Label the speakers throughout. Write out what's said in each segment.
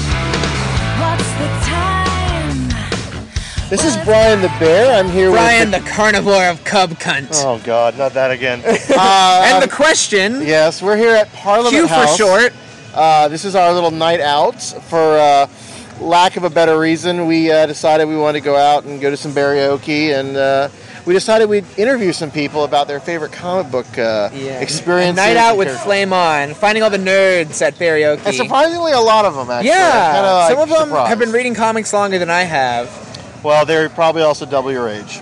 Speaker 1: What's the time?
Speaker 2: This is Brian the Bear. I'm here
Speaker 3: Brian,
Speaker 2: with
Speaker 3: the carnivore of cub cunt.
Speaker 2: Oh um, God, not that again.
Speaker 3: and the question.
Speaker 2: Yes, we're here at Parliament
Speaker 3: Q for
Speaker 2: House.
Speaker 3: short.
Speaker 2: Uh, this is our little night out. For uh, lack of a better reason, we uh, decided we wanted to go out and go to some karaoke, and uh, we decided we'd interview some people about their favorite comic book uh,
Speaker 3: A
Speaker 2: experiences.
Speaker 3: night out with
Speaker 2: and-
Speaker 3: Flame On, finding all the nerds at karaoke.
Speaker 2: And surprisingly, a lot of them actually.
Speaker 3: yeah,
Speaker 2: Kinda, like,
Speaker 3: some of them
Speaker 2: surprised.
Speaker 3: have been reading comics longer than I have.
Speaker 2: Well, they're probably also double your age,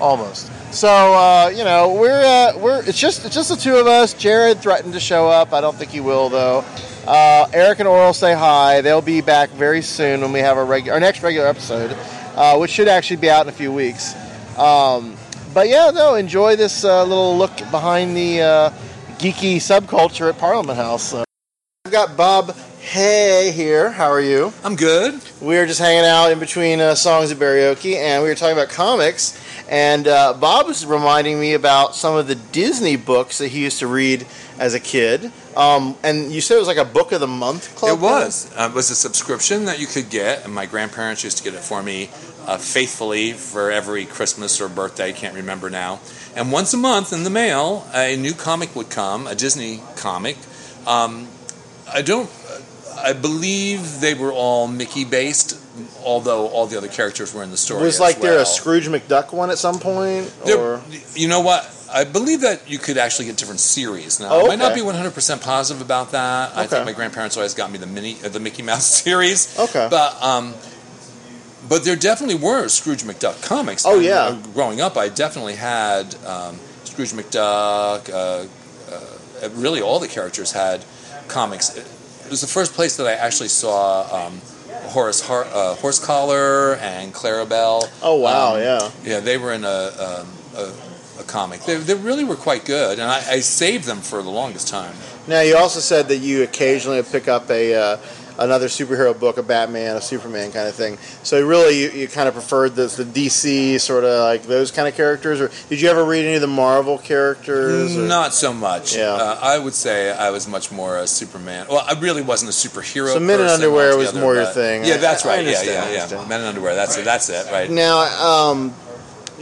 Speaker 2: almost. So uh, you know, we're uh, we're it's just it's just the two of us. Jared threatened to show up. I don't think he will though. Uh, Eric and Oral say hi. They'll be back very soon when we have our regular our next regular episode, uh, which should actually be out in a few weeks. Um, but yeah, no, enjoy this uh, little look behind the uh, geeky subculture at Parliament House. So. I've got Bob Hay here. How are you?
Speaker 4: I'm good.
Speaker 2: We were just hanging out in between uh, songs at karaoke, and we were talking about comics. And uh, Bob was reminding me about some of the Disney books that he used to read as a kid. Um, and you said it was like a book of the month club.
Speaker 4: It was. Uh, it was a subscription that you could get, and my grandparents used to get it for me uh, faithfully for every Christmas or birthday. I can't remember now. And once a month in the mail, a new comic would come, a Disney comic. Um, I don't. I believe they were all Mickey based, although all the other characters were in the story.
Speaker 2: was
Speaker 4: as
Speaker 2: like there
Speaker 4: well.
Speaker 2: a Scrooge McDuck one at some point?
Speaker 4: There-
Speaker 2: or
Speaker 4: you know what? I believe that you could actually get different series now.
Speaker 2: Oh,
Speaker 4: I might not
Speaker 2: okay.
Speaker 4: be 100% positive about that. I
Speaker 2: Okay.
Speaker 4: think my grandparents always got me the mini, uh, the Mickey Mouse series.
Speaker 2: Okay.
Speaker 4: But um, but there definitely were Scrooge McDuck comics.
Speaker 2: Oh,
Speaker 4: I-
Speaker 2: yeah.
Speaker 4: uh, growing up, I definitely had um, Scrooge McDuck. Uh, uh, really, all the characters had comics. It, it was the first place that I actually saw um, Horace Har- uh, Horse Collar and Clarabelle.
Speaker 2: Oh, wow,
Speaker 4: Um,
Speaker 2: yeah.
Speaker 4: Yeah, they were in a um, a, a comic. They, they really were quite good, and I, I saved them for the longest time.
Speaker 2: now you also said that you occasionally would pick up a uh, another superhero book, a Batman, a Superman kind of thing. So really, you, you kind of preferred the, the DC sort of like those kind of characters, or did you ever read any of the Marvel characters? or-
Speaker 4: Not so much.
Speaker 2: Yeah.
Speaker 4: Uh, I would say I was much more a Superman. Well, I really wasn't a superhero.
Speaker 2: So Men in
Speaker 4: person
Speaker 2: Underwear was
Speaker 4: altogether,
Speaker 2: more your
Speaker 4: but-
Speaker 2: thing. I-
Speaker 4: Yeah, that's
Speaker 2: I
Speaker 4: right. yeah,
Speaker 2: understand, I
Speaker 4: yeah, yeah.
Speaker 2: understand.
Speaker 4: Men in Underwear. That's it. That's it. Right.
Speaker 2: Now, um,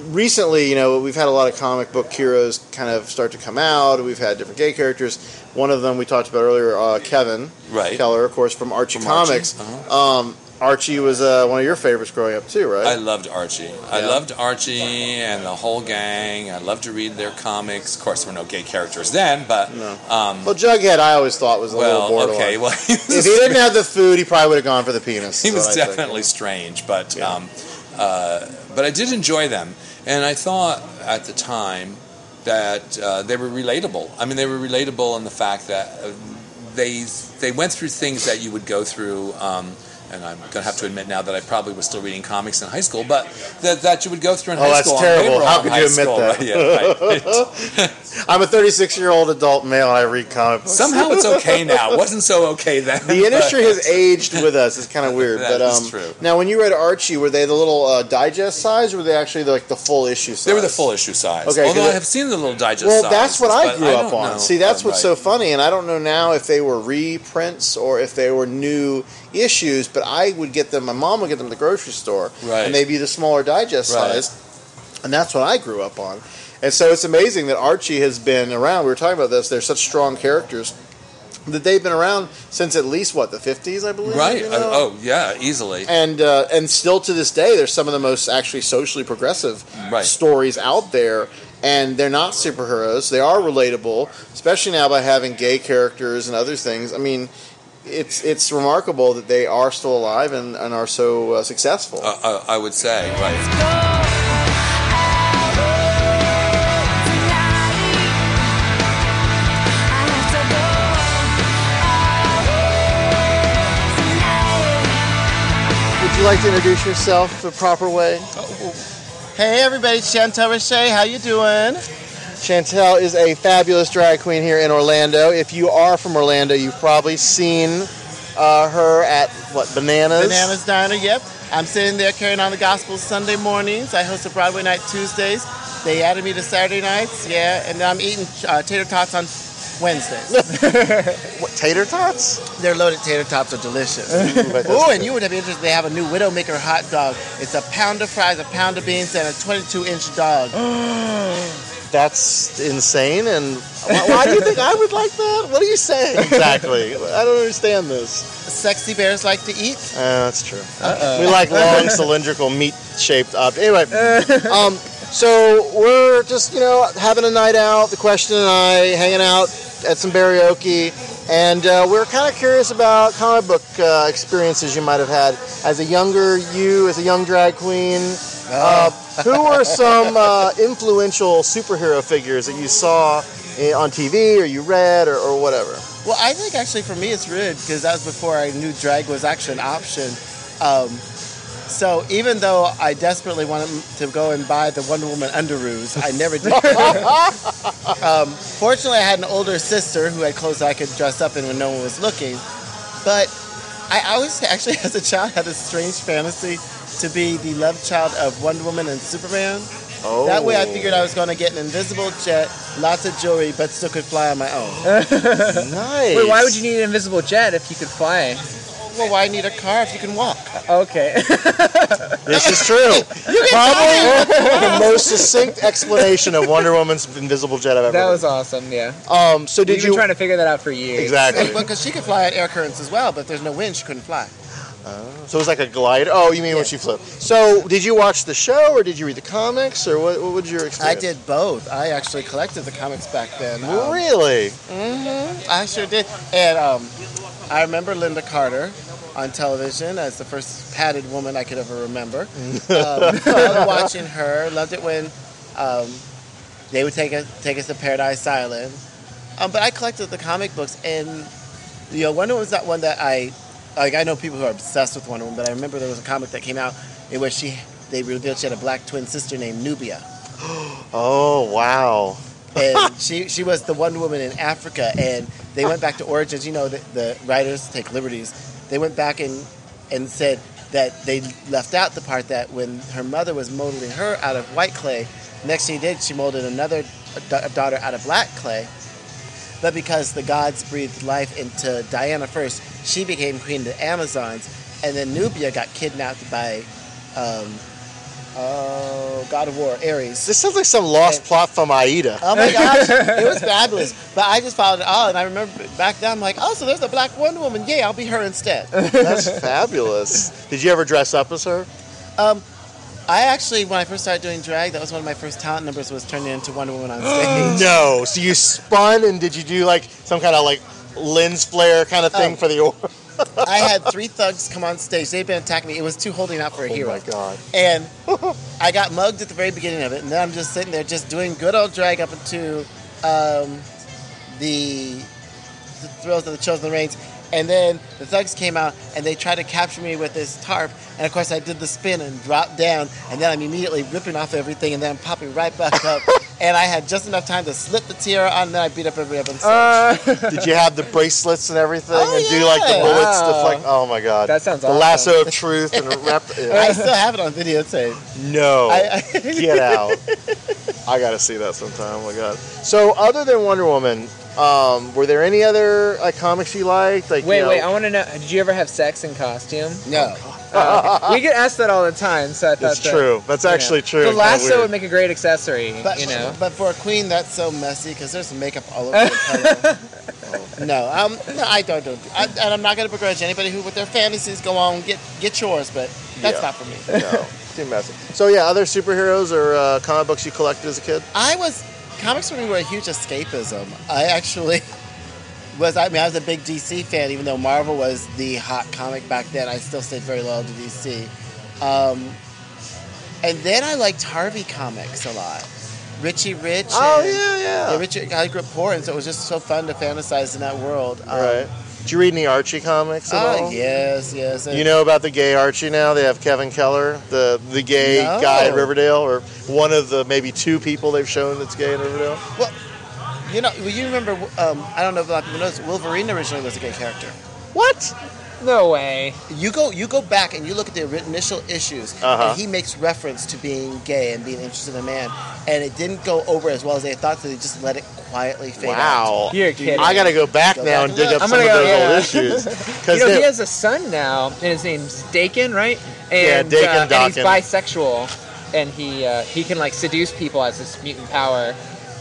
Speaker 2: recently, you know, we've had a lot of comic book heroes kind of start to come out. We've had different gay characters. One of them we talked about earlier, uh, Kevin
Speaker 4: Right.
Speaker 2: Keller, of course, from Archie
Speaker 4: From Archie, Uh-huh.
Speaker 2: Comics. Um, Archie was uh, one of your favorites growing up too, right?
Speaker 4: I loved Archie. I
Speaker 2: Yeah.
Speaker 4: loved Archie and the whole gang. I loved to read their comics. Of course, there were no gay characters then, but um,
Speaker 2: well, Jughead, I always thought was a little
Speaker 4: well,
Speaker 2: borderline.
Speaker 4: okay. Well,
Speaker 2: if he didn't have the food, he probably would have gone for the penis.
Speaker 4: he
Speaker 2: is
Speaker 4: was
Speaker 2: what I think.
Speaker 4: definitely strange, but um, uh, but I did enjoy them, and I thought at the time that uh, they were relatable. I mean, they were relatable in the fact that uh, they they went through things that you would go through. Um, and I'm going to have to admit now that I probably was still reading comics in high school, but that, that you would go through in
Speaker 2: Oh,
Speaker 4: high
Speaker 2: that's
Speaker 4: school. on
Speaker 2: terrible.
Speaker 4: payroll
Speaker 2: How
Speaker 4: in
Speaker 2: could
Speaker 4: high
Speaker 2: you admit
Speaker 4: school.
Speaker 2: that?
Speaker 4: Yeah, right.
Speaker 2: I'm a 36 year old adult male. and I read comic books.
Speaker 4: Somehow it's okay now. It wasn't so okay then.
Speaker 2: the industry
Speaker 4: but-
Speaker 2: has aged with us. It's kind of weird,
Speaker 4: That
Speaker 2: but
Speaker 4: is
Speaker 2: um,
Speaker 4: true.
Speaker 2: now when you read Archie, were they the little uh, digest size, or were they actually like the full issue size?
Speaker 4: They were the full issue size.
Speaker 2: Okay, 'cause
Speaker 4: Although I
Speaker 2: it-
Speaker 4: have seen the little digest
Speaker 2: Well,
Speaker 4: size,
Speaker 2: that's what
Speaker 4: but
Speaker 2: I grew up
Speaker 4: don't
Speaker 2: on.
Speaker 4: know.
Speaker 2: See, that's what's so
Speaker 4: Right.
Speaker 2: funny, and I don't know now if they were reprints or if they were new issues. But I would get them. My mom would get them at the grocery store,
Speaker 4: Right.
Speaker 2: and they'd be the smaller digest
Speaker 4: Right.
Speaker 2: size, and that's what I grew up on. And so it's amazing that Archie has been around. We were talking about this. They're such strong characters that they've been around since at least what the fifties, I believe.
Speaker 4: Right.
Speaker 2: you
Speaker 4: Uh,
Speaker 2: know?
Speaker 4: oh, yeah, easily.
Speaker 2: and uh, and still to this day, they're some of the most actually socially progressive
Speaker 4: Right.
Speaker 2: stories out there. And they're not superheroes; they are relatable, especially now by having gay characters and other things. I mean, it's it's remarkable that they are still alive and, and are so uh, successful.
Speaker 4: Uh, uh, I would say, right.
Speaker 2: Would you like to introduce yourself the proper way? Hey, everybody, it's Chantel Richey. How you doing? Chantel is a fabulous drag queen here in Orlando. If you are from Orlando, you've probably seen uh, her at what Bananas.
Speaker 5: Bananas Diner, yep. I'm sitting there carrying on the gospel Sunday mornings. I host a Broadway night Tuesdays. They added me to Saturday nights, yeah. And then I'm eating uh, tater tots on Wednesdays.
Speaker 2: What, tater tots?
Speaker 5: They're loaded tater tots are delicious. oh, and you would have been interested. They have a new Widowmaker hot dog. It's a pound of fries, a pound of beans, and a 22-inch dog.
Speaker 3: Mm,
Speaker 2: That's insane. And why, why do you think I would like that? What are you saying exactly? I don't understand this.
Speaker 5: Sexy bears like to eat.
Speaker 2: Uh, that's true.
Speaker 5: Uh-oh.
Speaker 2: We like long cylindrical meat-shaped objects. Anyway, um, so we're just you know having a night out. The question and I hanging out at some karaoke, and uh, we're kind of curious about comic book uh, experiences you might have had as a younger you, as a young drag queen. Uh, who were some uh, influential superhero figures that you saw i- on TV or you read or, or whatever?
Speaker 5: Well, I think actually for me it's rude because that was before I knew drag was actually an option. Um, so even though I desperately wanted to go and buy the Wonder Woman underoos, I never did. um, fortunately, I had an older sister who had clothes that I could dress up in when no one was looking. But I always actually, as a child, had a strange fantasy to be the love child of Wonder Woman and Superman.
Speaker 2: Oh.
Speaker 5: That way, I figured I was going to get an invisible jet, lots of jewelry, but still could fly on my own.
Speaker 2: Oh, nice.
Speaker 3: Wait, why would you need an invisible jet if you could fly?
Speaker 5: Well, why need a car if you can walk?
Speaker 3: Okay.
Speaker 2: This is true. Probably the most succinct explanation of Wonder Woman's invisible jet I've ever.
Speaker 3: that was awesome. Yeah.
Speaker 2: heard. Um, so
Speaker 3: We've
Speaker 2: did
Speaker 3: been
Speaker 2: you?
Speaker 3: trying to figure that out for years?
Speaker 2: Exactly.
Speaker 5: Because she could fly at air currents as well, but if there's no wind, she couldn't fly.
Speaker 2: So it was like a glider. Oh, you mean when she flew? So did you watch the show or did you read the comics or what? What was your
Speaker 5: I
Speaker 2: experience?
Speaker 5: did both. I actually collected the comics back then. Um,
Speaker 2: Really?
Speaker 5: hmm I sure did. And um, I remember Linda Carter on television as the first padded woman I could ever remember. Um, loved watching her. Loved it when um, they would take us take us to Paradise Island. Um, but I collected the comic books, and you know, Wonder Woman's not one that I like. I know people who are obsessed with Wonder Woman, but I remember there was a comic that came out in which she they revealed she had a black twin sister named Nubia
Speaker 2: Oh wow.
Speaker 5: and she, she was the Wonder Woman in Africa, and they went back to origins. You know, the, the writers take liberties. They went back and and said that they left out the part that when her mother was molding her out of white clay, next thing she did, she molded another da- daughter out of black clay. But because the gods breathed life into Diana first, she became queen of the Amazons, and then Nubia got kidnapped by. Um, Oh, God of War, Ares.
Speaker 2: This sounds like some lost plot from Aida.
Speaker 5: Oh my gosh, it was fabulous. But I just followed it all, and I remember back then, I'm like, oh, so there's a black Wonder Woman. Yeah, I'll be her instead.
Speaker 2: That's fabulous. Did you ever dress up as her?
Speaker 5: Um, I actually, when I first started doing drag, that was one of my first talent numbers was turning into Wonder Woman on stage.
Speaker 2: no. So you spun and did you do like some kind of like lens flare kind of thing
Speaker 5: Oh.
Speaker 2: for the orb?
Speaker 5: I had three thugs come on stage. They've been attacking me. It was too holding out for a hero.
Speaker 2: my God.
Speaker 5: And I got mugged at the very beginning of it, and then I'm just sitting there just doing good old drag up into um, the, the thrills of the Chosen Reigns. And then the thugs came out and they tried to capture me with this tarp. And of course, I did the spin and dropped down. And then I'm immediately ripping off everything and then I'm popping right back up. and I had just enough time to slip the tiara on. And then I beat up everybody up on stage.
Speaker 2: Did you have the bracelets and everything,
Speaker 5: Oh,
Speaker 2: and do like the
Speaker 5: yeah.
Speaker 2: bullet
Speaker 5: Wow.
Speaker 2: stuff? Like, oh my god,
Speaker 5: That sounds
Speaker 2: the
Speaker 5: awesome.
Speaker 2: lasso of truth and wrap.
Speaker 5: I still have it on videotape.
Speaker 2: No,
Speaker 5: I-
Speaker 2: get out. I gotta see that sometime. Oh my god. So, other than Wonder Woman, um, were there any other like comics you liked? Like,
Speaker 3: Wait,
Speaker 2: you know-
Speaker 3: wait. I want to know. Did you ever have sex in costume?
Speaker 5: No.
Speaker 3: Uh, we get asked that all the time, so I thought
Speaker 2: It's
Speaker 3: that-
Speaker 2: true. That's
Speaker 3: you know.
Speaker 2: actually true.
Speaker 3: The
Speaker 2: Kinda
Speaker 3: lasso
Speaker 2: weird.
Speaker 3: would make a great accessory.
Speaker 5: But,
Speaker 3: you know.
Speaker 5: but for a queen, that's so messy because there's makeup all over the pillow. No, um, no, I don't. don't I, and I'm not going to begrudge anybody who, with their fantasies, go on get get yours, but that's
Speaker 2: Yeah.
Speaker 5: not for me.
Speaker 2: no, too messy. So, yeah, other superheroes or uh, comic books you collected as a kid?
Speaker 5: I was comics for me were a huge escapism. I actually was. I mean, I was a big DC fan, even though Marvel was the hot comic back then. I still stayed very loyal to DC. Um, and then I liked Harvey comics a lot. Richie Rich.
Speaker 2: Oh,
Speaker 5: and-
Speaker 2: yeah, yeah.
Speaker 5: Richie, I grew up poor, and so it was just so fun to fantasize in that world. Um,
Speaker 2: All right. Did you read any Archie comics at
Speaker 5: Oh
Speaker 2: all?
Speaker 5: yes, yes.
Speaker 2: You know about the gay Archie now? They have Kevin Keller, the the gay
Speaker 5: No.
Speaker 2: guy at Riverdale, or one of the maybe two people they've shown that's gay in Riverdale.
Speaker 5: Well, you know, well, you remember? Um, I don't know if a lot of people know this. Wolverine originally was a gay character.
Speaker 3: What? No way.
Speaker 5: You go, you go back and you look at the ri- initial issues,
Speaker 2: Uh-huh.
Speaker 5: and he makes reference to being gay and being interested in a man, and it didn't go over as well as they thought, so they just let it quietly fade
Speaker 2: Wow.
Speaker 5: out.
Speaker 3: You're kidding.
Speaker 2: I gotta go back
Speaker 5: Go
Speaker 2: now
Speaker 5: back
Speaker 2: and dig
Speaker 5: look.
Speaker 2: up
Speaker 3: I'm
Speaker 2: some
Speaker 3: gonna
Speaker 2: of
Speaker 3: go.
Speaker 2: those
Speaker 3: yeah.
Speaker 2: old issues.
Speaker 3: you
Speaker 2: Because
Speaker 3: know, he has a son now, and his name's Dakin, right?
Speaker 2: Yeah,
Speaker 3: And,
Speaker 2: Dakin
Speaker 3: uh, and he's
Speaker 2: Dakin.
Speaker 3: bisexual, and he uh, he can like seduce people as his mutant power,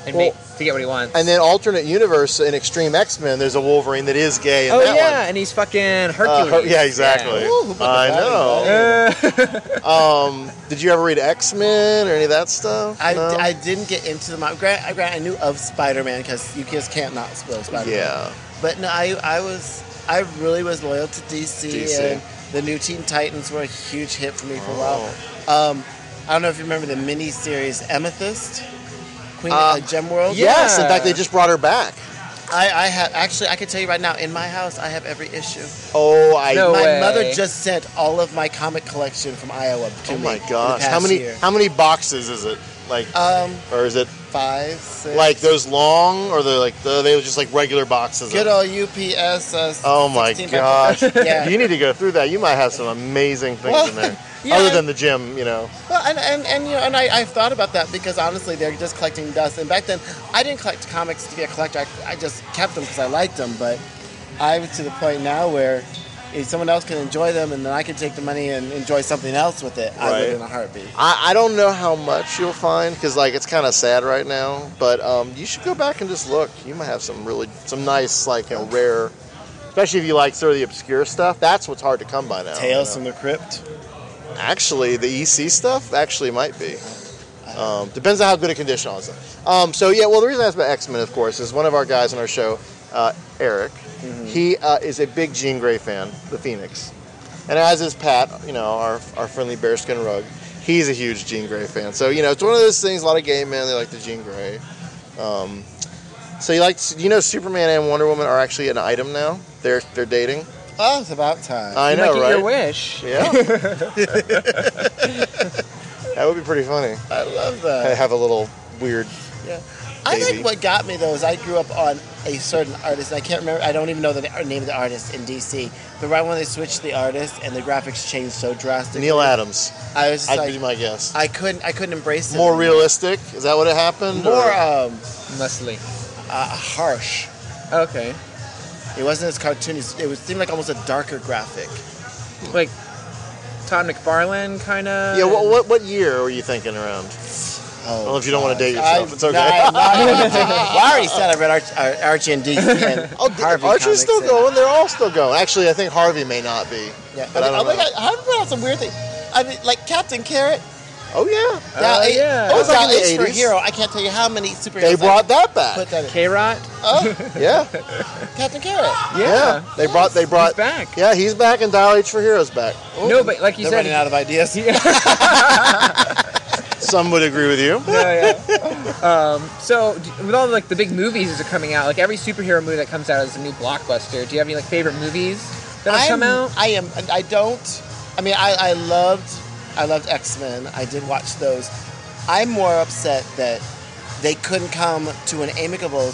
Speaker 3: and
Speaker 2: Well-
Speaker 3: make, to get what he wants.
Speaker 2: and then alternate universe in Extreme X Men, there's a Wolverine that is gay. In
Speaker 3: oh
Speaker 2: that
Speaker 3: yeah,
Speaker 2: one.
Speaker 3: and he's fucking Hercules.
Speaker 2: Uh, Her- yeah, exactly.
Speaker 3: Yeah.
Speaker 2: I know. um, did you ever read X Men or any of that stuff?
Speaker 5: I,
Speaker 2: No?
Speaker 5: I didn't get into the manga. Grant, I- Grant, I knew of Spider Man because you just can't not spoil Spider Man.
Speaker 2: Yeah.
Speaker 5: But no, I, I was, I really was loyal to DC,
Speaker 2: DC.
Speaker 5: and the new Teen Titans were a huge hit for me for a while. Um, I don't know if you remember the mini series Amethyst, Queen
Speaker 2: Uh,
Speaker 5: of uh, Gem World.
Speaker 2: Yes, in fact, they just brought her back.
Speaker 5: I, I had actually, I can tell you right now, in my house, I have every issue.
Speaker 2: Oh, I
Speaker 5: my mother just sent all of my comic collection from Iowa to
Speaker 2: Oh
Speaker 5: me.
Speaker 2: my
Speaker 5: in the
Speaker 2: gosh! How
Speaker 5: past
Speaker 2: many
Speaker 5: year.
Speaker 2: how many boxes is it? Like,
Speaker 5: Um,
Speaker 2: or is it
Speaker 5: five, six.
Speaker 2: like those long, or they're like the, they were just like regular boxes?
Speaker 5: Good
Speaker 2: of-
Speaker 5: old UPS. Uh,
Speaker 2: oh my
Speaker 5: 16 by-
Speaker 2: gosh!
Speaker 5: yeah.
Speaker 2: You need to go through that. You might have some amazing things
Speaker 5: Well,
Speaker 2: in there,
Speaker 5: yeah,
Speaker 2: other
Speaker 5: I-
Speaker 2: than the gym, you know.
Speaker 5: Well, and, and, and you know, and I, I've thought about that because honestly, they're just collecting dust. And back then, I didn't collect comics to be a collector. I, I just kept them because I liked them. But I'm to the point now where if someone else can enjoy them, and then I can take the money and enjoy something else with it. I
Speaker 2: Right.
Speaker 5: live in a heartbeat.
Speaker 2: I, I don't know how much you'll find because like it's kind of sad right now. But um, you should go back and just look. You might have some really some nice like you know, rare, especially if you like sort of the obscure stuff. That's what's hard to come by now.
Speaker 5: Tales
Speaker 2: you
Speaker 5: from the Crypt.
Speaker 2: know. Actually, the EC stuff actually might be. Um, depends on how good a condition all is. in. Um, so yeah, well the reason I asked about X Men, of course, is one of our guys on our show, uh, Eric.
Speaker 5: Mm-hmm.
Speaker 2: He uh, is a big Jean Grey fan, the Phoenix. And as is Pat, you know, our, our friendly bearskin rug, he's a huge Jean Grey fan. So, you know, it's one of those things, a lot of gay men, they like the Jean Grey. Um, so you like, you know, Superman and Wonder Woman are actually an item now. They're, they're dating.
Speaker 5: Oh, it's about time.
Speaker 2: I
Speaker 3: You
Speaker 2: know,
Speaker 3: might get
Speaker 2: right?
Speaker 3: your wish.
Speaker 2: Yeah. that would be pretty funny.
Speaker 5: I love
Speaker 2: I
Speaker 5: that.
Speaker 2: have a little weird.
Speaker 5: Yeah. I
Speaker 2: Maybe.
Speaker 5: think what got me though is I grew up on a certain artist, and I can't remember. I don't even know the na- name of the artist in DC. But right when they switched the artist and the graphics changed so drastically,
Speaker 2: Neil Adams.
Speaker 5: I was just
Speaker 2: I'd
Speaker 5: like,
Speaker 2: be my guess.
Speaker 5: I couldn't, I couldn't embrace it.
Speaker 2: More
Speaker 5: anymore.
Speaker 2: realistic? Is that what it happened? or-
Speaker 5: more um,
Speaker 3: Leslie.
Speaker 5: uh, harsh.
Speaker 3: Okay.
Speaker 5: It wasn't as cartoony. It was seemed like almost a darker graphic.
Speaker 3: Like Todd McFarlane, kind of.
Speaker 2: yeah, what, what, what year were you thinking around?
Speaker 5: Oh,
Speaker 2: well, if you don't want to date
Speaker 5: I-
Speaker 2: yourself, it's okay.
Speaker 5: no, I'm not gonna take it. well, I already said I read Arch, Ar- Archie and DC. And
Speaker 2: Oh, d-
Speaker 5: Harvey
Speaker 2: Archer's
Speaker 5: comics
Speaker 2: still
Speaker 5: and-
Speaker 2: going. They're all still going. Actually, I think Harvey may not be.
Speaker 5: Yeah,
Speaker 2: but I,
Speaker 5: mean,
Speaker 2: don't
Speaker 5: oh my
Speaker 2: know.
Speaker 5: god, I've read out some weird things. I mean, like Captain Carrot.
Speaker 2: Oh yeah.
Speaker 5: Now, it,
Speaker 2: That
Speaker 5: oh,
Speaker 2: was like in the
Speaker 5: it's for
Speaker 2: 80s.
Speaker 5: hero. I can't tell you how many superheroes
Speaker 2: They brought that back.
Speaker 5: Put that in.
Speaker 3: K-Rot.
Speaker 2: Oh yeah.
Speaker 5: Captain Carrot.
Speaker 2: Yeah, they brought they brought
Speaker 3: back.
Speaker 2: Yeah, he's back and Dial H for Heroes back.
Speaker 3: No, but like you
Speaker 5: They're
Speaker 3: said,
Speaker 5: running out of ideas.
Speaker 2: Some would agree with you.
Speaker 3: yeah, yeah. Um, so, d- with all like the big movies that are coming out, like every superhero movie that comes out is a new blockbuster. Do you have any like favorite movies that have come
Speaker 5: I'm-
Speaker 3: out?
Speaker 5: I am. I don't. I mean, I, I loved. I loved X Men. I did watch those. I'm more upset that they couldn't come to an amicable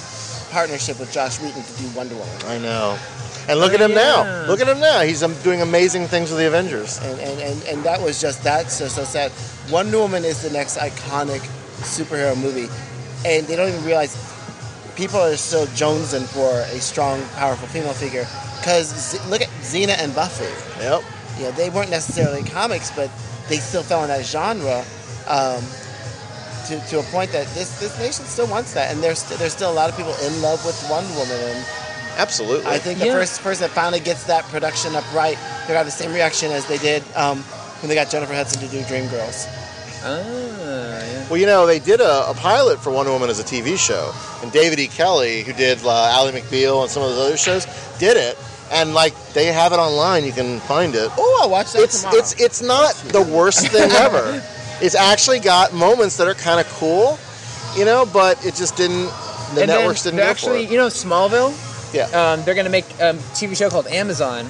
Speaker 5: partnership with Josh Wheaton to do Wonder Woman.
Speaker 2: I know. And look
Speaker 5: Oh,
Speaker 2: at him
Speaker 5: yeah.
Speaker 2: now. Look at him now. He's um, doing amazing things with the Avengers.
Speaker 5: And, and, and, and that was just that's just so sad. Wonder Woman is the next iconic superhero movie, and they don't even realize people are still jonesing for a strong, powerful female figure. Because Z- look at Xena and Buffy.
Speaker 2: Yep.
Speaker 5: You know, they weren't necessarily comics, but they still fell in that genre. Um, to, to a point that this, this nation still wants that, and there's there's still a lot of people in love with Wonder Woman, and
Speaker 2: Absolutely.
Speaker 5: I think the first person that finally gets that production up right, they got the same reaction as they did um, when they got Jennifer Hudson to do Dreamgirls.
Speaker 2: Well, you know, they did a, a pilot for Wonder Woman as a TV show, and David E. Kelly, who did uh, Ally McBeal and some of those other shows, did it. And like, they have it online. You can find it.
Speaker 5: Oh, I'll watch that
Speaker 2: it's
Speaker 5: tomorrow.
Speaker 2: it's it's not the worst thing ever. It's actually got moments that are kind of cool, you know, but it just didn't. The
Speaker 3: And then
Speaker 2: networks didn't
Speaker 3: they're
Speaker 2: go
Speaker 3: actually,
Speaker 2: for
Speaker 3: you know, Smallville.
Speaker 2: it. Yeah,
Speaker 3: Um, they're gonna make a TV show called Amazon.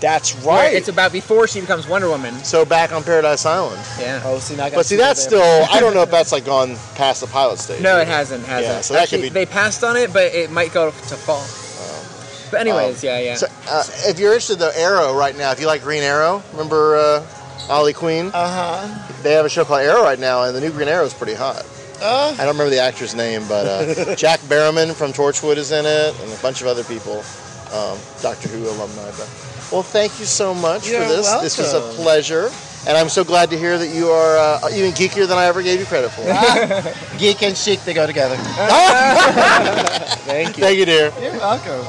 Speaker 2: that's
Speaker 3: where
Speaker 2: right.
Speaker 3: It's about before she becomes Wonder Woman.
Speaker 2: so back on Paradise Island.
Speaker 3: Yeah.
Speaker 5: Oh, see, now I got
Speaker 2: But see, that's still. I don't know if that's like gone past the pilot stage.
Speaker 3: No, it hasn't. Hasn't.
Speaker 2: Yeah, so that could
Speaker 3: Actually,
Speaker 2: be-
Speaker 3: They passed on it, but it might go to fall. But anyways,
Speaker 2: Um,
Speaker 3: yeah, yeah.
Speaker 2: So, uh, if you're interested, though, Arrow right now, if you like Green Arrow, remember uh, Ollie Queen?
Speaker 5: Uh huh.
Speaker 2: They have a show called Arrow right now, and the new Green Arrow is pretty hot.
Speaker 5: Uh,
Speaker 2: I don't remember the actor's name, but uh, Jack Barrowman from Torchwood is in it, and a bunch of other people, um, Doctor Who alumni. But well, thank you so much
Speaker 5: You're
Speaker 2: for this. This was a
Speaker 5: welcome.
Speaker 2: pleasure, and I'm so glad to hear that you are uh, even geekier than I ever gave you credit for.
Speaker 5: Geek and chic, they go together.
Speaker 3: Thank
Speaker 2: you. Thank you, dear.
Speaker 5: You're welcome.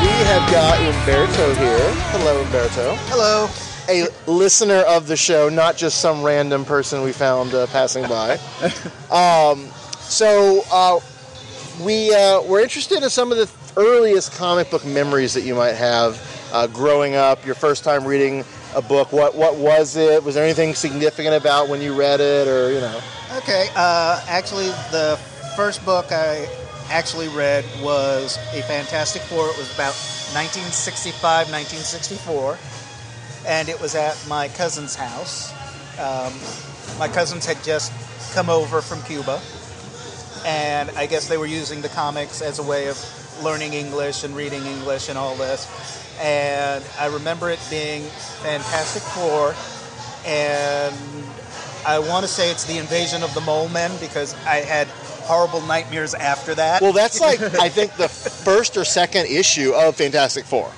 Speaker 2: We have got Umberto here. Hello, Umberto. Hello. A listener of the show, not just some random person we found uh, passing by. um, so uh, we uh, were interested in some of the earliest comic book memories that you might have uh, growing up. Your first time reading a book. What what was it? Was there anything significant about when you read it, or you know?
Speaker 6: Okay, uh, actually, the first book I actually read was a Fantastic Four. It was about 1965, 1964, and it was at my cousin's house. Um, my cousins had just come over from Cuba, and I guess they were using the comics as a way of learning English and reading English and all this. And I remember it being Fantastic Four, and I want to say it's the invasion of the mole men because I had horrible nightmares after that.
Speaker 2: Well, that's like I think the first or second issue of Fantastic Four,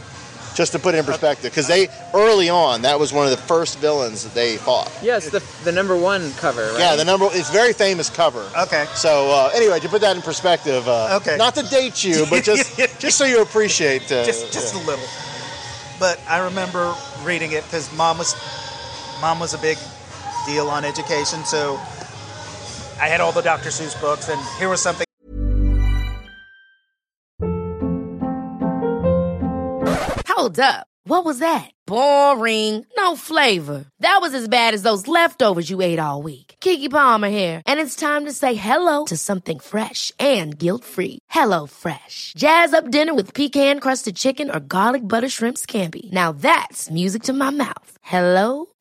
Speaker 2: just to put it in perspective, because they early on that was one of the first villains that they fought.
Speaker 3: yes, the the number one cover. Right?
Speaker 2: Yeah, the number it's very famous cover.
Speaker 6: Okay.
Speaker 2: So uh, anyway, to put that in perspective, uh,
Speaker 6: Okay.
Speaker 2: not to date you, but just just so you appreciate. Uh,
Speaker 6: just just
Speaker 2: yeah.
Speaker 6: a little. But I remember reading it because mom was mom was a big deal on education, so I had all the Dr. Seuss books, and here was something.
Speaker 7: Hold up. What was that? Boring. No flavor. That was as bad as those leftovers you ate all week. Kiki Palmer here, and it's time to say hello to something fresh and guilt-free. Hello Fresh. Jazz up dinner with pecan-crusted chicken or garlic butter shrimp scampi. Now that's music to my mouth. Hello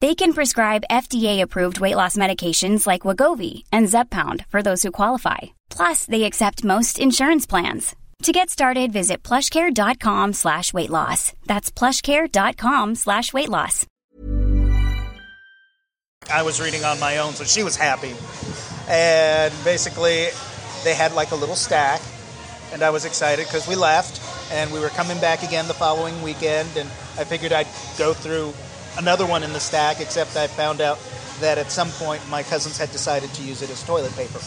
Speaker 8: They can prescribe FDA-approved weight loss medications like Wagovi and Zepbound for those who qualify. Plus, they accept most insurance plans. To get started, visit plushcare.com slash weight loss. That's plushcare.com slash weight loss.
Speaker 6: I was reading on my own, so she was happy. And basically, they had like a little stack, and I was excited because we left and we were coming back again the following weekend. And I figured I'd go through another one in the stack, except I found out that at some point my cousins had decided to use it as toilet paper.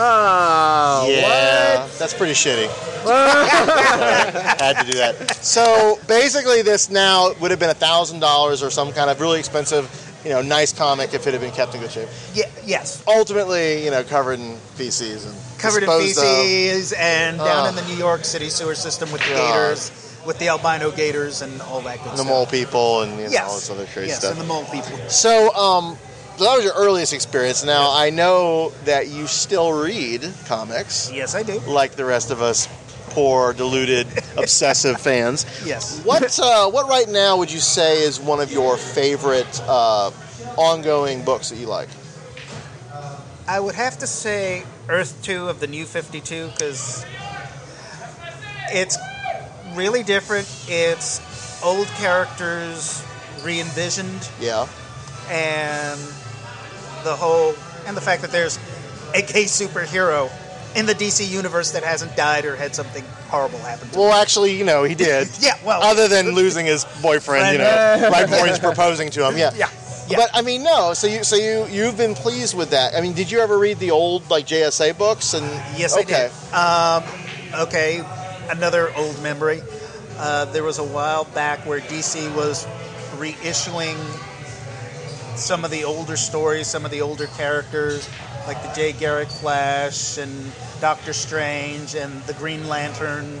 Speaker 6: Uh,
Speaker 3: Oh,
Speaker 2: yeah, that's pretty shitty. Had to do that. So basically, this now would have been a thousand dollars or some kind of really expensive, you know, nice comic if it had been kept in good shape.
Speaker 6: Yeah, yes.
Speaker 2: Ultimately, you know, covered in feces and
Speaker 6: covered in
Speaker 2: disposed of.
Speaker 6: feces and down
Speaker 2: Ugh.
Speaker 6: in the New York City sewer system with the
Speaker 2: God.
Speaker 6: gators, with the albino gators and all that good
Speaker 2: And the
Speaker 6: stuff.
Speaker 2: mole people and you know, all
Speaker 6: yes.
Speaker 2: this other crazy
Speaker 6: yes,
Speaker 2: stuff.
Speaker 6: and the mole people.
Speaker 2: So, um, so that was your earliest experience. Now I know that you still read comics.
Speaker 6: Yes, I do.
Speaker 2: Like the rest of us, poor, deluded, obsessive fans.
Speaker 6: Yes.
Speaker 2: What uh, What right now would you say is one of your favorite uh, ongoing books that you like?
Speaker 6: I would have to say Earth 2 of the New 52 because it's really different. It's old characters re envisioned.
Speaker 2: Yeah.
Speaker 6: And the whole, and the fact that there's a gay superhero in the DC universe that hasn't died or had something horrible happen to
Speaker 2: Well, actually, you know, he did.
Speaker 6: Yeah, well-
Speaker 2: other than losing his boyfriend, you know,
Speaker 6: Friend.
Speaker 2: right before he's proposing to him, yeah.
Speaker 6: Yeah,
Speaker 2: But I mean, no. So you, so you, you've been pleased with that. I mean, did you ever read the old like JSA books? And
Speaker 6: Yes,
Speaker 2: okay.
Speaker 6: I did. Um, okay, another old memory. Uh, there was a while back where DC was reissuing some of the older stories, some of the older characters, like the Jay Garrick Flash and Doctor Strange and the Green Lantern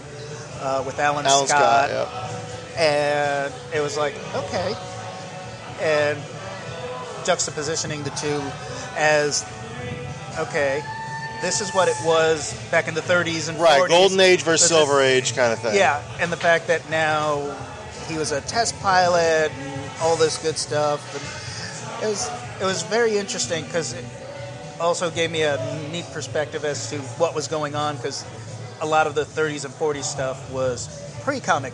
Speaker 6: uh, with Alan,
Speaker 2: Alan Scott,
Speaker 6: And it was like, okay. And juxtapositioning the two as, okay, this is what it was back in the 30s and
Speaker 2: Right,
Speaker 6: 40s.
Speaker 2: Golden Age versus
Speaker 6: This is-
Speaker 2: Silver Age kind of thing.
Speaker 6: Yeah, and the fact that now he was a test pilot and all this good stuff. And it was it was very interesting because it also gave me a neat perspective as to what was going on because a lot of the 30s and 40s stuff was pre-comic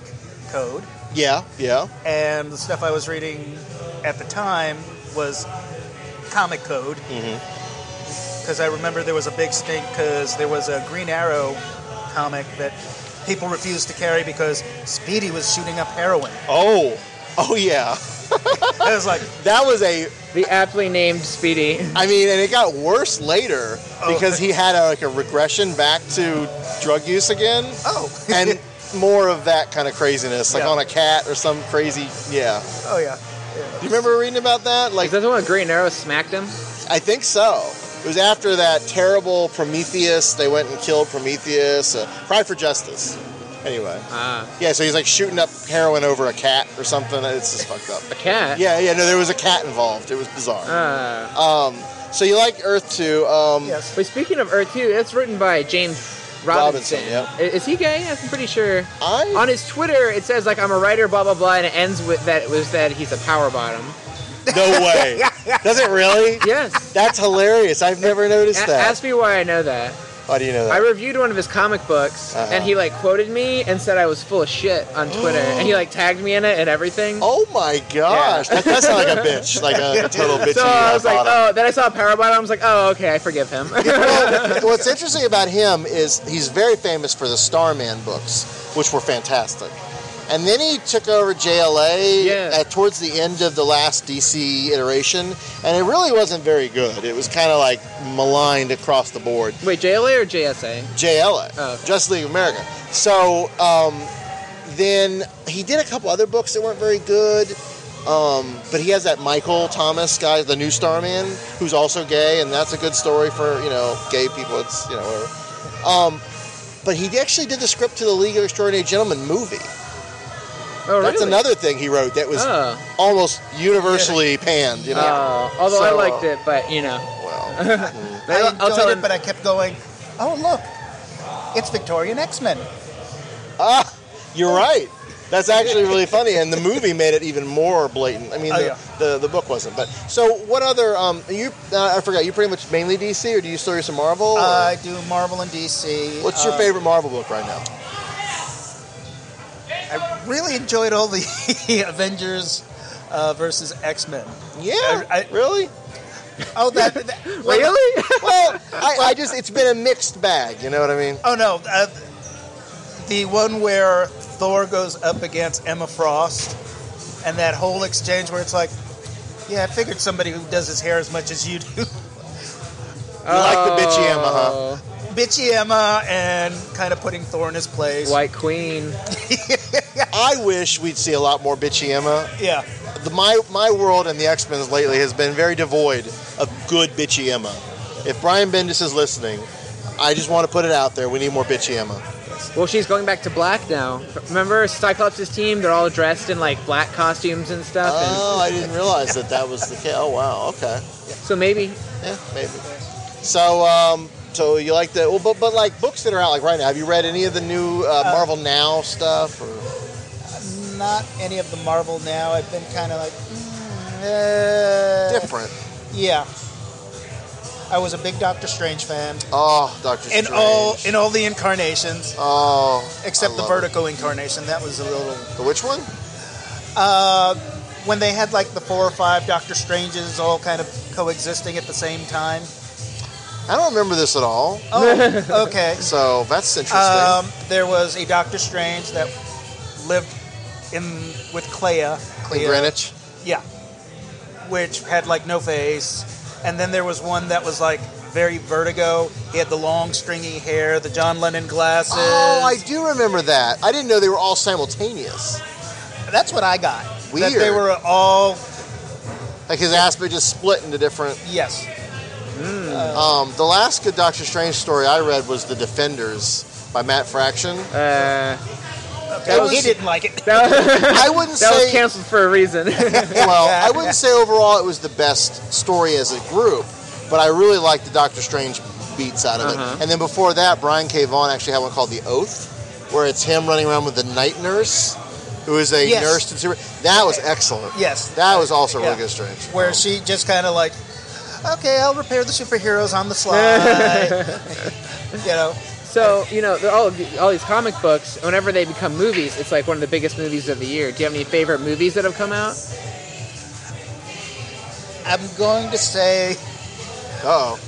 Speaker 6: code
Speaker 2: Yeah, yeah.
Speaker 6: and the stuff I was reading at the time was comic code. Because I remember there was a big stink because there was a Green Arrow comic that people refused to carry because Speedy was shooting up heroin.
Speaker 2: Oh, oh yeah.
Speaker 6: I was like,
Speaker 2: that was a
Speaker 3: the aptly named Speedy.
Speaker 2: I mean, and it got worse later
Speaker 6: Oh.
Speaker 2: because he had a, like a regression back to drug use again.
Speaker 6: Oh,
Speaker 2: and more of that kind of craziness, like
Speaker 6: Yeah.
Speaker 2: on a cat or some crazy. Yeah.
Speaker 6: Oh yeah.
Speaker 2: Do you remember reading about that? Like,
Speaker 3: is that the one where Green Arrow smacked him?
Speaker 2: I think so. It was after that terrible Prometheus. They went and killed Prometheus. Uh, Pride for Justice. Anyway.
Speaker 3: Ah.
Speaker 2: Yeah, so he's like shooting up heroin over a cat or something. It's just fucked up. a
Speaker 3: cat?
Speaker 2: Yeah, yeah. No, there was a cat involved. It was bizarre.
Speaker 3: Ah.
Speaker 2: Um, so you like Earth 2. Um,
Speaker 6: yes.
Speaker 3: But speaking of Earth 2, it's written by James Robinson.
Speaker 2: Robinson, yeah.
Speaker 3: I- Is he gay? I'm pretty sure.
Speaker 2: I...
Speaker 3: On his Twitter, it says like I'm a writer, blah blah blah, and it ends with that was that he's a power bottom.
Speaker 2: No way. Does it really?
Speaker 3: Yes.
Speaker 2: That's hilarious. I've never noticed
Speaker 3: A-
Speaker 2: that.
Speaker 3: Ask me why I know that.
Speaker 2: Why do you know
Speaker 3: I
Speaker 2: that?
Speaker 3: reviewed one of his comic books,
Speaker 2: Uh-huh.
Speaker 3: and he like quoted me and said I was full of shit on Twitter, and he like tagged me in it and everything.
Speaker 2: Oh my gosh, that does sound like a bitch, like a total bitchy,
Speaker 3: So
Speaker 2: uh,
Speaker 3: I was like,
Speaker 2: bottom.
Speaker 3: oh, then I saw Power Bottom. I was like, oh, okay, I forgive him.
Speaker 2: Well, what's interesting about him is he's very famous for the Starman books, which were fantastic. And then he took over JLA at, towards the end of the last DC iteration, and it really wasn't very good. It was kind of like maligned across the board.
Speaker 3: Wait, JLA or JSA?
Speaker 2: JLA,
Speaker 3: Oh,
Speaker 2: Just League of America. So um, then he did a couple other books that weren't very good. Um, but he has that Michael Thomas guy, the new Starman, who's also gay, and that's a good story for you know gay people. It's you know whatever. Um, but he actually did the script to the League of Extraordinary Gentlemen movie.
Speaker 3: Oh,
Speaker 2: That's
Speaker 3: really?
Speaker 2: another thing he wrote that was
Speaker 3: Oh.
Speaker 2: almost universally panned. You know,
Speaker 3: Oh, although I
Speaker 2: So,
Speaker 3: liked it, but you know.
Speaker 6: I
Speaker 3: I'll, I'll
Speaker 6: enjoyed
Speaker 3: tell
Speaker 6: it,
Speaker 3: him.
Speaker 6: but I kept going. Oh look, it's Victorian X Men.
Speaker 2: Ah, you're right. That's actually really funny, and the movie made it even more blatant. I mean,
Speaker 6: Oh,
Speaker 2: the,
Speaker 6: yeah.
Speaker 2: the, the book wasn't. But so, what other? Um, you, uh, I forgot. You pretty much mainly DC, or do you still do some Marvel? or-
Speaker 6: I do Marvel and DC.
Speaker 2: What's your
Speaker 6: Uh,
Speaker 2: favorite Marvel book right now?
Speaker 6: I really enjoyed all the Avengers uh, versus X Men.
Speaker 2: Yeah, really.
Speaker 6: Oh, that, that- well,
Speaker 2: really? well, I, I just it's been a mixed bag. You know what I mean?
Speaker 6: Oh no, uh, the one where Thor goes up against Emma Frost, and that whole exchange where it's like, yeah, I figured somebody who does his hair as much as you do. you
Speaker 2: like the bitchy Emma,
Speaker 6: Oh.
Speaker 2: huh?
Speaker 6: Bitchy Emma, and kind of putting Thor in his place.
Speaker 3: White Queen.
Speaker 2: I wish we'd see a lot more bitchy Emma.
Speaker 6: Yeah.
Speaker 2: The, my my world and the X Men lately has been very devoid of good bitchy Emma. If Brian Bendis is listening, I just want to put it out there. We need more bitchy Emma.
Speaker 3: Well, she's going back to black now. Remember Cyclops' team? They're all dressed in like black costumes and stuff.
Speaker 2: Oh, I didn't realize that that was the case. Oh wow, okay.
Speaker 3: So maybe.
Speaker 2: Yeah, maybe. So um, so you like the well, but but like books that are out like right now. Have you read any of the new uh,
Speaker 6: Uh,
Speaker 2: Marvel Now stuff? Or?
Speaker 6: Not any of the Marvel now. I've been kind of like mm, uh,
Speaker 2: Different.
Speaker 6: Yeah. I was a big Doctor Strange fan.
Speaker 2: Oh, Doctor
Speaker 6: in
Speaker 2: Strange.
Speaker 6: all in all the incarnations.
Speaker 2: Oh,
Speaker 6: except the
Speaker 2: love it.
Speaker 6: Vertigo incarnation. That was a little.
Speaker 2: which one?
Speaker 6: Uh, when they had like the four or five Doctor Stranges all kind of coexisting at the same time.
Speaker 2: I don't remember this at all.
Speaker 6: Oh, okay.
Speaker 2: So that's interesting.
Speaker 6: Um, there was a Doctor Strange that lived in with Clea. Clea
Speaker 2: Greenwich?
Speaker 6: Yeah. Which had like no face. And then there was one that was like very vertigo. He had the long stringy hair, the John Lennon glasses.
Speaker 2: oh, I do remember that. I didn't know they were all simultaneous.
Speaker 6: That's what I got.
Speaker 2: Weird.
Speaker 6: That they were all
Speaker 2: like his aspect just split into different.
Speaker 6: Yes.
Speaker 2: Um, the last good Doctor Strange story I read was The Defenders by Matt Fraction. Uh,
Speaker 6: Okay, he didn't like it.
Speaker 2: I wouldn't
Speaker 3: That was
Speaker 2: say-
Speaker 3: canceled for a reason.
Speaker 2: well, I wouldn't say overall it was the best story as a group, but I really liked the Doctor Strange beats out of
Speaker 3: Uh-huh.
Speaker 2: it. And then before that, Brian K. Vaughan actually had one called The Oath, where it's him running around with the night nurse, who is a
Speaker 6: Yes.
Speaker 2: nurse to super. That was excellent.
Speaker 6: Yes.
Speaker 2: That was also
Speaker 6: Yeah.
Speaker 2: really good Strange.
Speaker 6: Where she just kind of like, okay, I'll repair the superheroes on the slide. you know.
Speaker 3: So you know, they're all all these comic books. Whenever they become movies, it's like one of the biggest movies of the year. Do you have any favorite movies that have come out?
Speaker 6: I'm going to say.
Speaker 2: Oh.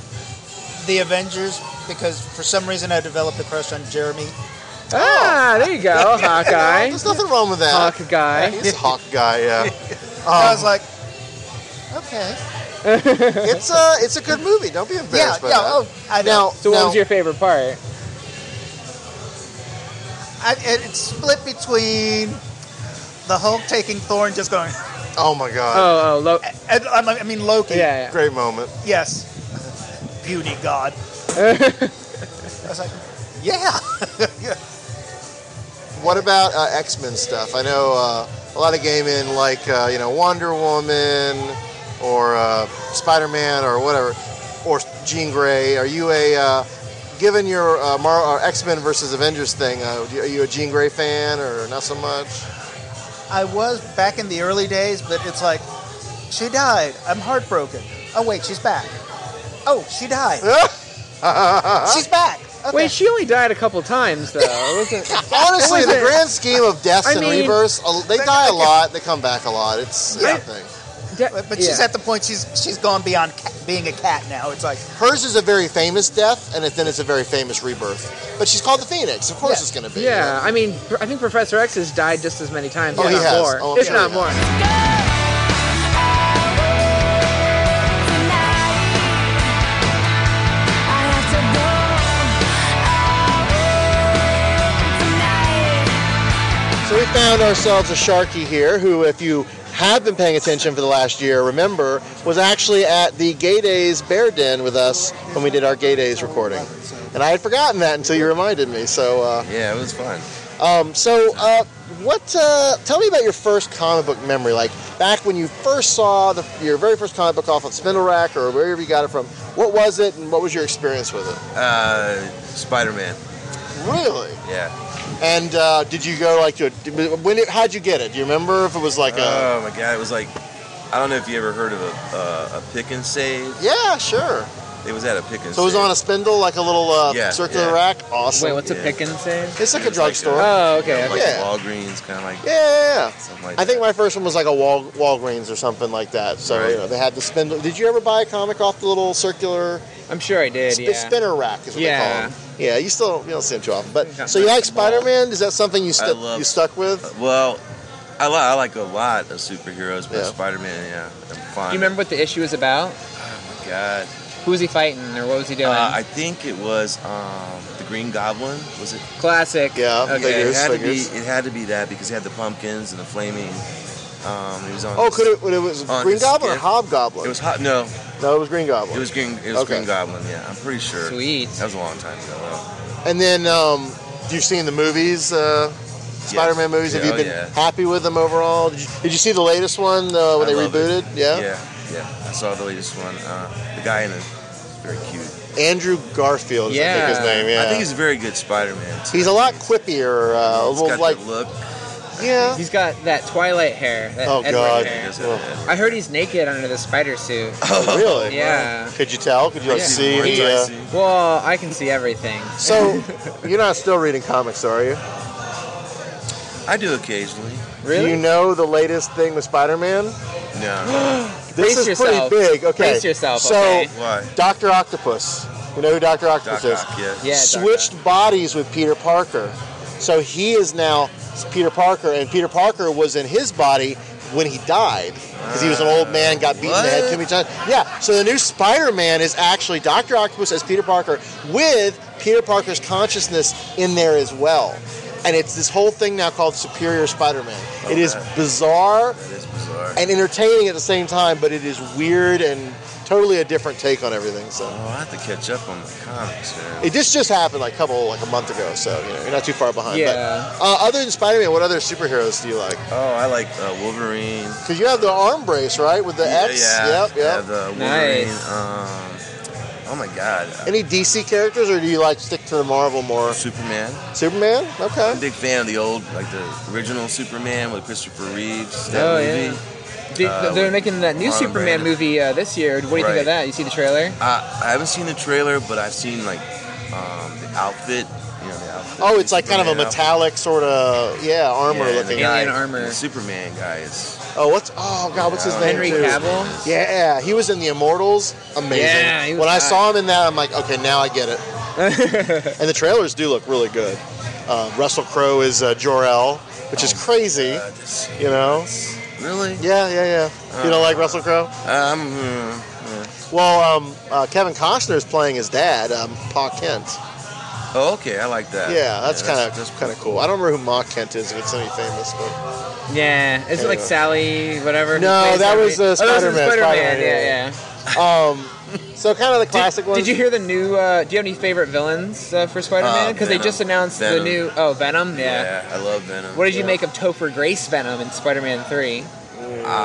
Speaker 6: The Avengers, because for some reason I developed a crush on Jeremy.
Speaker 3: Ah, there you go, Hawkeye.
Speaker 2: There's nothing wrong with that.
Speaker 3: Hawk guy.
Speaker 2: He's a Hawk guy, yeah.
Speaker 6: I was
Speaker 2: Um,
Speaker 6: like, okay.
Speaker 2: it's a it's a good movie. Don't be
Speaker 6: Yeah,
Speaker 2: embarrassed by
Speaker 6: yeah.
Speaker 2: that.
Speaker 6: Oh, I know.
Speaker 2: Now-
Speaker 3: So what was your favorite part?
Speaker 6: I, it, it's split between the Hulk taking Thor and just going.
Speaker 2: Oh my God.
Speaker 3: Oh, oh Lo-
Speaker 6: and, I'm- I mean Loki.
Speaker 2: Great moment.
Speaker 6: Yes. Beauty God. I was like, yeah. yeah.
Speaker 2: What about uh, X Men stuff? I know uh, a lot of gay men like uh, you know Wonder Woman or uh, Spider Man or whatever or Jean Grey. Are you a uh, given your uh, Mar- or X Men versus Avengers thing? Uh, are you a Jean Grey fan or not so much?
Speaker 6: I was back in the early days, but it's like, she died. I'm heartbroken. Oh, wait, she's back. Oh, she died. she's back. Okay.
Speaker 3: Wait, she only died a couple times though. It wasn't-
Speaker 2: Honestly,
Speaker 3: it
Speaker 2: the
Speaker 3: wasn't-
Speaker 2: grand scheme of deaths
Speaker 3: I
Speaker 2: and
Speaker 3: mean-
Speaker 2: rebirths, uh, they die a lot, they come back a lot. It's, it's
Speaker 6: Yeah.
Speaker 2: a thing.
Speaker 6: But but she's
Speaker 2: yeah.
Speaker 6: at the point she's she's gone beyond ca- being a cat now. It's like
Speaker 2: Hers is a very famous death, and then it's a very famous rebirth. But she's called the Phoenix. Of course, it's going to be.
Speaker 3: Yeah, I mean, I think Professor X has died just as many times,
Speaker 2: Oh,
Speaker 3: if
Speaker 2: he
Speaker 3: not
Speaker 2: has.
Speaker 3: more.
Speaker 2: Oh, I'm
Speaker 3: if
Speaker 2: sure
Speaker 3: not
Speaker 2: he
Speaker 3: more.
Speaker 2: So we found ourselves a Sharky here, who, if you have been paying attention for the last year, remember, was actually at the Gay Days Bear Den with us when we did our Gay Days recording. And I had forgotten that until you reminded me. So uh,
Speaker 9: Yeah, it was fun.
Speaker 2: Um, so, uh, what? Uh, tell me about your first comic book memory. Like back when you first saw the, your very first comic book off of Spindle Rack or wherever you got it from. What was it, and what was your experience with it?
Speaker 9: Uh, Spider Man.
Speaker 2: Really?
Speaker 9: Yeah.
Speaker 2: And uh, did you go like to a, when? It, how'd you get it? Do you remember if it was like a?
Speaker 9: Oh my god, it was like I don't know if you ever heard of a, uh, a pick and save.
Speaker 2: Yeah, sure.
Speaker 9: It was at a pick and
Speaker 2: So it was
Speaker 9: save.
Speaker 2: on a spindle, like a little uh,
Speaker 9: Yeah,
Speaker 2: circular
Speaker 9: yeah.
Speaker 2: rack. Awesome.
Speaker 9: Wait, what's a Yeah. pick Oh,
Speaker 3: and save?
Speaker 2: It's like a
Speaker 9: It was like
Speaker 2: drugstore.
Speaker 9: a- yeah, Like
Speaker 2: yeah.
Speaker 9: a Walgreens, kind of like.
Speaker 2: Yeah, yeah, yeah.
Speaker 9: Something like
Speaker 2: I think my first one was like a Wal- Walgreens or something like that. So you know, they had the spindle. Did you ever buy a comic off the little circular?
Speaker 3: I'm sure I did. yeah.
Speaker 2: Spinner rack is what they
Speaker 3: Yeah.
Speaker 2: call them. Yeah, you still you don't see them too often. But so you like Spider Man? Is that something you
Speaker 9: I
Speaker 2: stuck
Speaker 9: love- Uh,
Speaker 2: you stuck with?
Speaker 9: Well, I, li- I like a lot of superheroes, but
Speaker 2: Yeah.
Speaker 9: Spider Man, yeah, I'm fine.
Speaker 3: Do you remember what the issue was about?
Speaker 9: God.
Speaker 3: Who was he fighting, or what was he doing?
Speaker 9: Uh, I think it was um, the Green Goblin. Was it?
Speaker 3: Classic.
Speaker 2: Yeah,
Speaker 9: Okay, it had to be. It had to be that because he had the pumpkins and the flaming. Um, he was on.
Speaker 2: Oh,
Speaker 9: his-
Speaker 2: could it? It was
Speaker 9: on
Speaker 2: Green
Speaker 9: his
Speaker 2: Goblin or
Speaker 9: skiff.
Speaker 2: Hobgoblin?
Speaker 9: It was hot. No,
Speaker 2: no, it was Green Goblin.
Speaker 9: It was Green. It was
Speaker 2: Okay.
Speaker 9: Green Goblin. Yeah, I'm pretty sure.
Speaker 3: Sweet.
Speaker 9: That was a long time ago. though.
Speaker 2: And then um, you've seen the movies, uh, Spider Man movies. Have
Speaker 9: Yeah,
Speaker 2: you
Speaker 9: oh,
Speaker 2: been
Speaker 9: yeah.
Speaker 2: happy with them overall? Did you, did you see the latest one uh, when
Speaker 9: I
Speaker 2: they
Speaker 9: love
Speaker 2: rebooted?
Speaker 9: it.
Speaker 2: Yeah.
Speaker 9: Yeah. Yeah. I saw the latest one. Uh, the guy in it. is Very cute.
Speaker 2: Andrew Garfield is I think his name. Yeah.
Speaker 9: I think he's a very good Spider-Man. too.
Speaker 2: He's a lot quippier. Uh, a
Speaker 9: He's
Speaker 2: little
Speaker 9: got
Speaker 2: like
Speaker 9: that look.
Speaker 2: yeah.
Speaker 3: He's got that Twilight hair. That
Speaker 2: Oh,
Speaker 3: Edward
Speaker 2: God.
Speaker 3: Hair.
Speaker 2: Oh.
Speaker 3: I heard he's naked under the spider suit.
Speaker 2: Oh, really?
Speaker 3: Yeah.
Speaker 2: Could you tell? Could you like
Speaker 3: Yeah.
Speaker 2: see? any,
Speaker 3: He-
Speaker 2: uh,
Speaker 3: Well, I can see everything.
Speaker 2: So you're not still reading comics, are you?
Speaker 9: I do occasionally.
Speaker 2: Do you know the latest thing with Spider-Man?
Speaker 9: No.
Speaker 2: This
Speaker 3: Brace
Speaker 2: is
Speaker 3: yourself.
Speaker 2: pretty big. Okay.
Speaker 3: Brace yourself,
Speaker 2: So,
Speaker 3: okay.
Speaker 9: Why?
Speaker 2: Doctor Octopus. You know who Doctor Octopus
Speaker 9: Doc
Speaker 2: is?
Speaker 9: Ock, yes.
Speaker 3: Yeah, Doc
Speaker 2: Switched bodies with Peter Parker, so he is now Peter Parker, and Peter Parker was in his body when he died because he was an old man, got beaten in the head too many times. Yeah. So the new Spider-Man is actually Doctor Octopus as Peter Parker with Peter Parker's consciousness in there as well. And it's this whole thing now called Superior Spider-Man. it is bizarre
Speaker 9: Bizarre.
Speaker 2: and entertaining at the same time, but it is weird and totally a different take on everything. So
Speaker 9: Oh, I have to catch up on my comics, man.
Speaker 2: it just just happened like a couple like a month ago, so you know you're not too far behind.
Speaker 9: Yeah.
Speaker 2: But, uh, other than Spider-Man, what other superheroes do you like?
Speaker 9: Oh, I like uh, Wolverine.
Speaker 2: Because you have the arm brace, right, with the X.
Speaker 9: Yeah,
Speaker 2: Yep. Yep.
Speaker 9: yeah, the Wolverine. Um, oh my God, uh,
Speaker 2: Any DC characters, or do you like stick to the Marvel more?
Speaker 9: Superman.
Speaker 2: Superman. Okay.
Speaker 9: I'm a big fan of the old, like the original Superman with Christopher Reeves. That
Speaker 3: Oh, yeah.
Speaker 9: movie.
Speaker 3: They,
Speaker 9: Uh,
Speaker 3: they're
Speaker 9: with
Speaker 3: making that new
Speaker 9: Marlon
Speaker 3: Superman
Speaker 9: Brando.
Speaker 3: movie uh, this year. What do you think
Speaker 9: Right.
Speaker 3: of that? You see the trailer?
Speaker 9: I, I haven't seen the trailer, but I've seen like um, the outfit. You know, the outfit.
Speaker 2: Oh, it's like kind of a
Speaker 9: Superman outfit.
Speaker 2: metallic sort of yeah armor
Speaker 9: Yeah, and the
Speaker 2: looking.
Speaker 9: guy- The Superman guy is.
Speaker 2: Oh, what's oh god, what's his
Speaker 9: Yeah, I
Speaker 2: name?
Speaker 9: don't know.
Speaker 2: too?
Speaker 9: Uh, Henry Cavill?
Speaker 2: Yeah, he was in the Immortals. Amazing.
Speaker 9: Yeah, he was
Speaker 2: when I
Speaker 9: hot.
Speaker 2: saw him in that, I'm like, okay, now I get it. and the trailers do look really good. Uh, Russell Crowe is uh, Jor El, which
Speaker 9: Oh.
Speaker 2: is crazy. you know.
Speaker 9: uh, Really?
Speaker 2: Yeah, yeah, yeah. you don't
Speaker 9: Uh.
Speaker 2: like Russell Crowe?
Speaker 9: Um. mm, yeah.
Speaker 2: Well, um, uh, Kevin Costner is playing his dad, um, Pa Kent.
Speaker 9: Oh, okay. I like that.
Speaker 2: yeah, that's kind
Speaker 9: that's
Speaker 2: of kind of cool. I don't remember who Ma Kent is if it's any famous, but
Speaker 3: Yeah. Is it like
Speaker 2: Yeah.
Speaker 3: Sally, whatever? who
Speaker 2: no,
Speaker 3: plays
Speaker 2: that
Speaker 3: every-
Speaker 2: was
Speaker 3: Oh,
Speaker 2: uh,
Speaker 3: that
Speaker 2: Spider
Speaker 3: in
Speaker 2: Man.
Speaker 3: Spider-Man, Yeah, yeah.
Speaker 2: Um, so kind of the classic
Speaker 3: Did,
Speaker 2: ones.
Speaker 3: did you hear the new? Uh, do you have any favorite villains uh, for Spider-Man?
Speaker 9: Uh,
Speaker 3: Because they
Speaker 9: Venom.
Speaker 3: just announced the
Speaker 9: Venom.
Speaker 3: new. Oh, Venom. Yeah.
Speaker 9: Yeah, I love Venom.
Speaker 3: What did you
Speaker 9: Yeah.
Speaker 3: make of Topher Grace Venom in Spider-Man Three?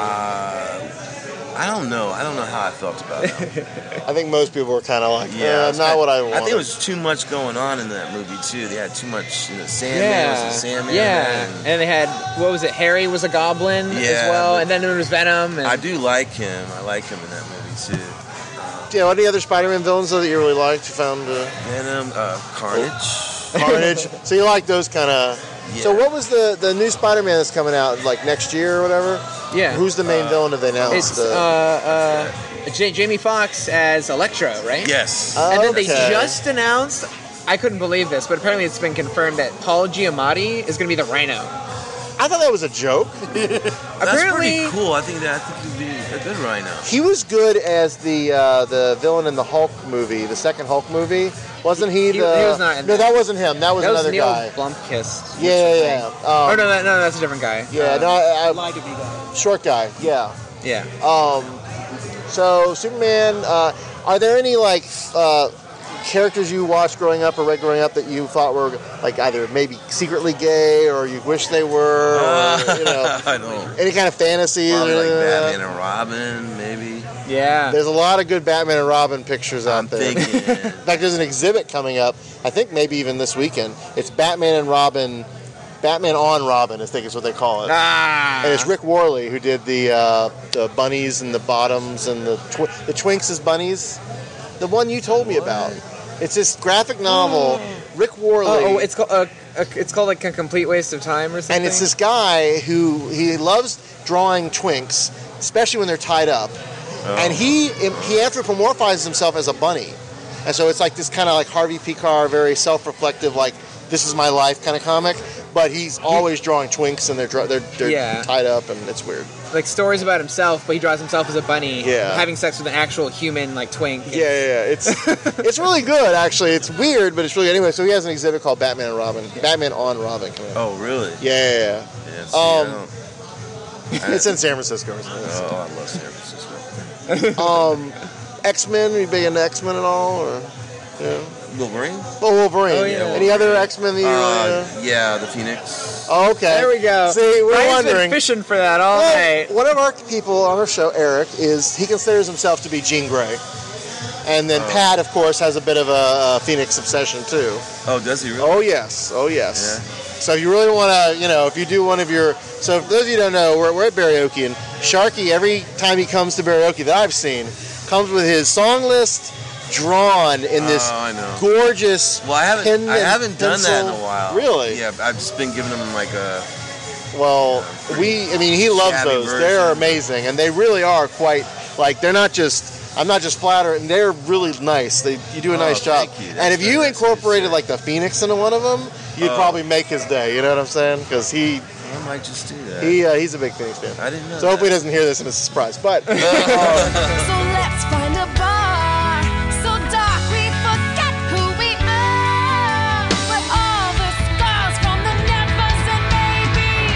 Speaker 9: Uh, I don't know. I don't know how I felt about it.
Speaker 2: I think most people were kind of like,
Speaker 9: Yeah,
Speaker 2: yeah,
Speaker 9: it's
Speaker 2: not
Speaker 9: got-
Speaker 2: what I
Speaker 9: I
Speaker 2: want.
Speaker 9: think it was too much going on in that movie too. They had too much, you know, Sandman
Speaker 3: yeah.
Speaker 9: was the Sandman.
Speaker 3: yeah.
Speaker 9: and-
Speaker 3: And, they had what was it? Harry was a goblin as
Speaker 9: Yeah,
Speaker 3: well,
Speaker 9: but-
Speaker 3: and then there was Venom. And
Speaker 9: I do like him. I like him in that movie too.
Speaker 2: Yeah, what any other Spider-Man villains though that you really liked? You found uh, Oh.
Speaker 9: Venom, uh, Carnage.
Speaker 2: Carnage. so you like those kind of. So what was the the new Spider-Man that's coming out like next year or whatever?
Speaker 3: Yeah.
Speaker 2: Who's the main
Speaker 3: Uh,
Speaker 2: villain have they announced?
Speaker 3: It's uh, uh, J- Jamie Fox as Electro, right?
Speaker 9: Yes.
Speaker 3: And then they
Speaker 2: Okay.
Speaker 3: just announced. I couldn't believe this, but apparently it's been confirmed that Paul Giamatti is going to be the Rhino.
Speaker 2: I thought that was a joke.
Speaker 9: That's
Speaker 3: Apparently,
Speaker 9: pretty cool. I think that I think he'd be a good Rhino.
Speaker 2: he was good as the uh, the villain in the Hulk movie, the second Hulk movie. Wasn't he the?
Speaker 3: He- he was not in
Speaker 2: no,
Speaker 3: that.
Speaker 2: that wasn't him. That was
Speaker 3: that was
Speaker 2: another
Speaker 3: Neil
Speaker 2: guy.
Speaker 3: Blomkist.
Speaker 2: Yeah, yeah, yeah. Um,
Speaker 3: oh no, that, no, that's a different guy.
Speaker 2: Yeah,
Speaker 3: Uh,
Speaker 2: no, I, I, short guy. Yeah.
Speaker 3: yeah.
Speaker 2: Um, so Superman, uh, are there any like uh, characters you watched growing up or read growing up that you thought were like either maybe secretly gay or you wish they were,
Speaker 3: Uh,
Speaker 2: or, you know,
Speaker 9: I don't.
Speaker 2: any kind of fantasy?
Speaker 9: Probably like
Speaker 2: uh,
Speaker 9: Batman and Robin, maybe.
Speaker 3: Yeah.
Speaker 2: There's a lot of good Batman and Robin pictures out there.
Speaker 9: thinking.
Speaker 2: in fact, there's an exhibit coming up. I think maybe even this weekend. It's Batman and Robin, Batman on Robin. I think is what they call it.
Speaker 3: Ah.
Speaker 2: And it's Rick Warley who did the uh, the bunnies and the bottoms and the tw- the Twinks as bunnies. The one you told me about. It's this graphic novel, Rick Warley.
Speaker 3: Oh, oh, it's called uh, uh, it's called like a complete waste of time or something.
Speaker 2: and it's this guy who he loves drawing twinks, especially when they're tied up. And he he anthropomorphizes himself as a bunny, and so it's like this kind of like Harvey Picar, very self-reflective, like this is my life kind of comic. But he's always drawing twinks, and they're dra- they're, they're
Speaker 3: Yeah.
Speaker 2: tied up, and it's weird.
Speaker 3: like stories about himself, but he draws himself as a bunny,
Speaker 2: Yeah.
Speaker 3: having sex with an actual human like twink.
Speaker 2: Yeah, yeah, yeah. It's it's really good actually. It's weird, but it's really anyway. So he has an exhibit called Batman and Robin, Batman on Robin. Come
Speaker 9: Oh, really?
Speaker 2: Yeah, yeah, yeah.
Speaker 9: Yeah, see, I
Speaker 2: Um,
Speaker 9: I-
Speaker 2: it's in San Francisco. Or something.
Speaker 9: Oh, I love San Francisco.
Speaker 2: um, X Men. Are you big into X Men at all? Or, yeah.
Speaker 9: Wolverine?
Speaker 2: Oh, Wolverine.
Speaker 9: Oh, yeah.
Speaker 2: Any other X Men that you
Speaker 9: Uh,
Speaker 2: really?
Speaker 9: yeah, the Phoenix.
Speaker 2: Oh, okay.
Speaker 9: There we go.
Speaker 2: See, we're
Speaker 9: Ryan's been
Speaker 2: wondering.
Speaker 3: fishing for that all
Speaker 2: Well,
Speaker 3: night.
Speaker 2: One of our people on our show, Eric, is he considers himself to be Jean Grey, and then
Speaker 9: Oh.
Speaker 2: Pat, of course, has a bit of a, a Phoenix obsession too.
Speaker 9: Oh, does he really?
Speaker 2: Oh yes, oh yes. So if you really want to, you know, if you do one of your, so for those of you who don't know, we're, we're at Barioki and Sharky. Every time he comes to Barioki that I've seen, comes with his song list drawn in this
Speaker 9: Oh, I know.
Speaker 2: gorgeous.
Speaker 9: Well, I haven't.
Speaker 2: pen
Speaker 9: I
Speaker 2: and
Speaker 9: haven't done that in a
Speaker 2: pencil-
Speaker 9: while.
Speaker 2: Really?
Speaker 9: Yeah, I've just been giving them like a.
Speaker 2: Well, we, I mean, he loves
Speaker 9: shabby
Speaker 2: those.
Speaker 9: version,
Speaker 2: They're amazing, and they really are quite like they're not just. I'm not just flattering. They're really nice. They, you do a
Speaker 9: Oh,
Speaker 2: nice job.
Speaker 9: thank you. That's
Speaker 2: And if you incorporated like the phoenix into one of them, you'd
Speaker 9: Oh.
Speaker 2: probably make his day. You know what I'm saying? Because he
Speaker 9: I might just do that.
Speaker 2: he uh, he's a big Phoenix fan.
Speaker 9: I didn't know.
Speaker 2: So hopefully he doesn't hear this and it's a surprise. But um,
Speaker 1: So let's find a bar so dark we forget who we are. Where all the scars from the nevers and maybes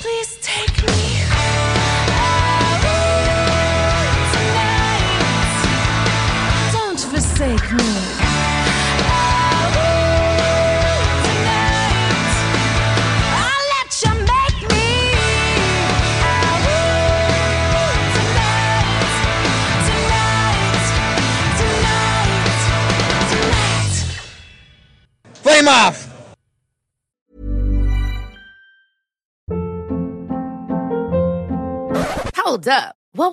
Speaker 1: Please take me out tonight. Don't forsake me. Out tonight. I'll let you make me out tonight. Tonight. Tonight. Tonight.
Speaker 3: Flame off.
Speaker 7: Hold up. What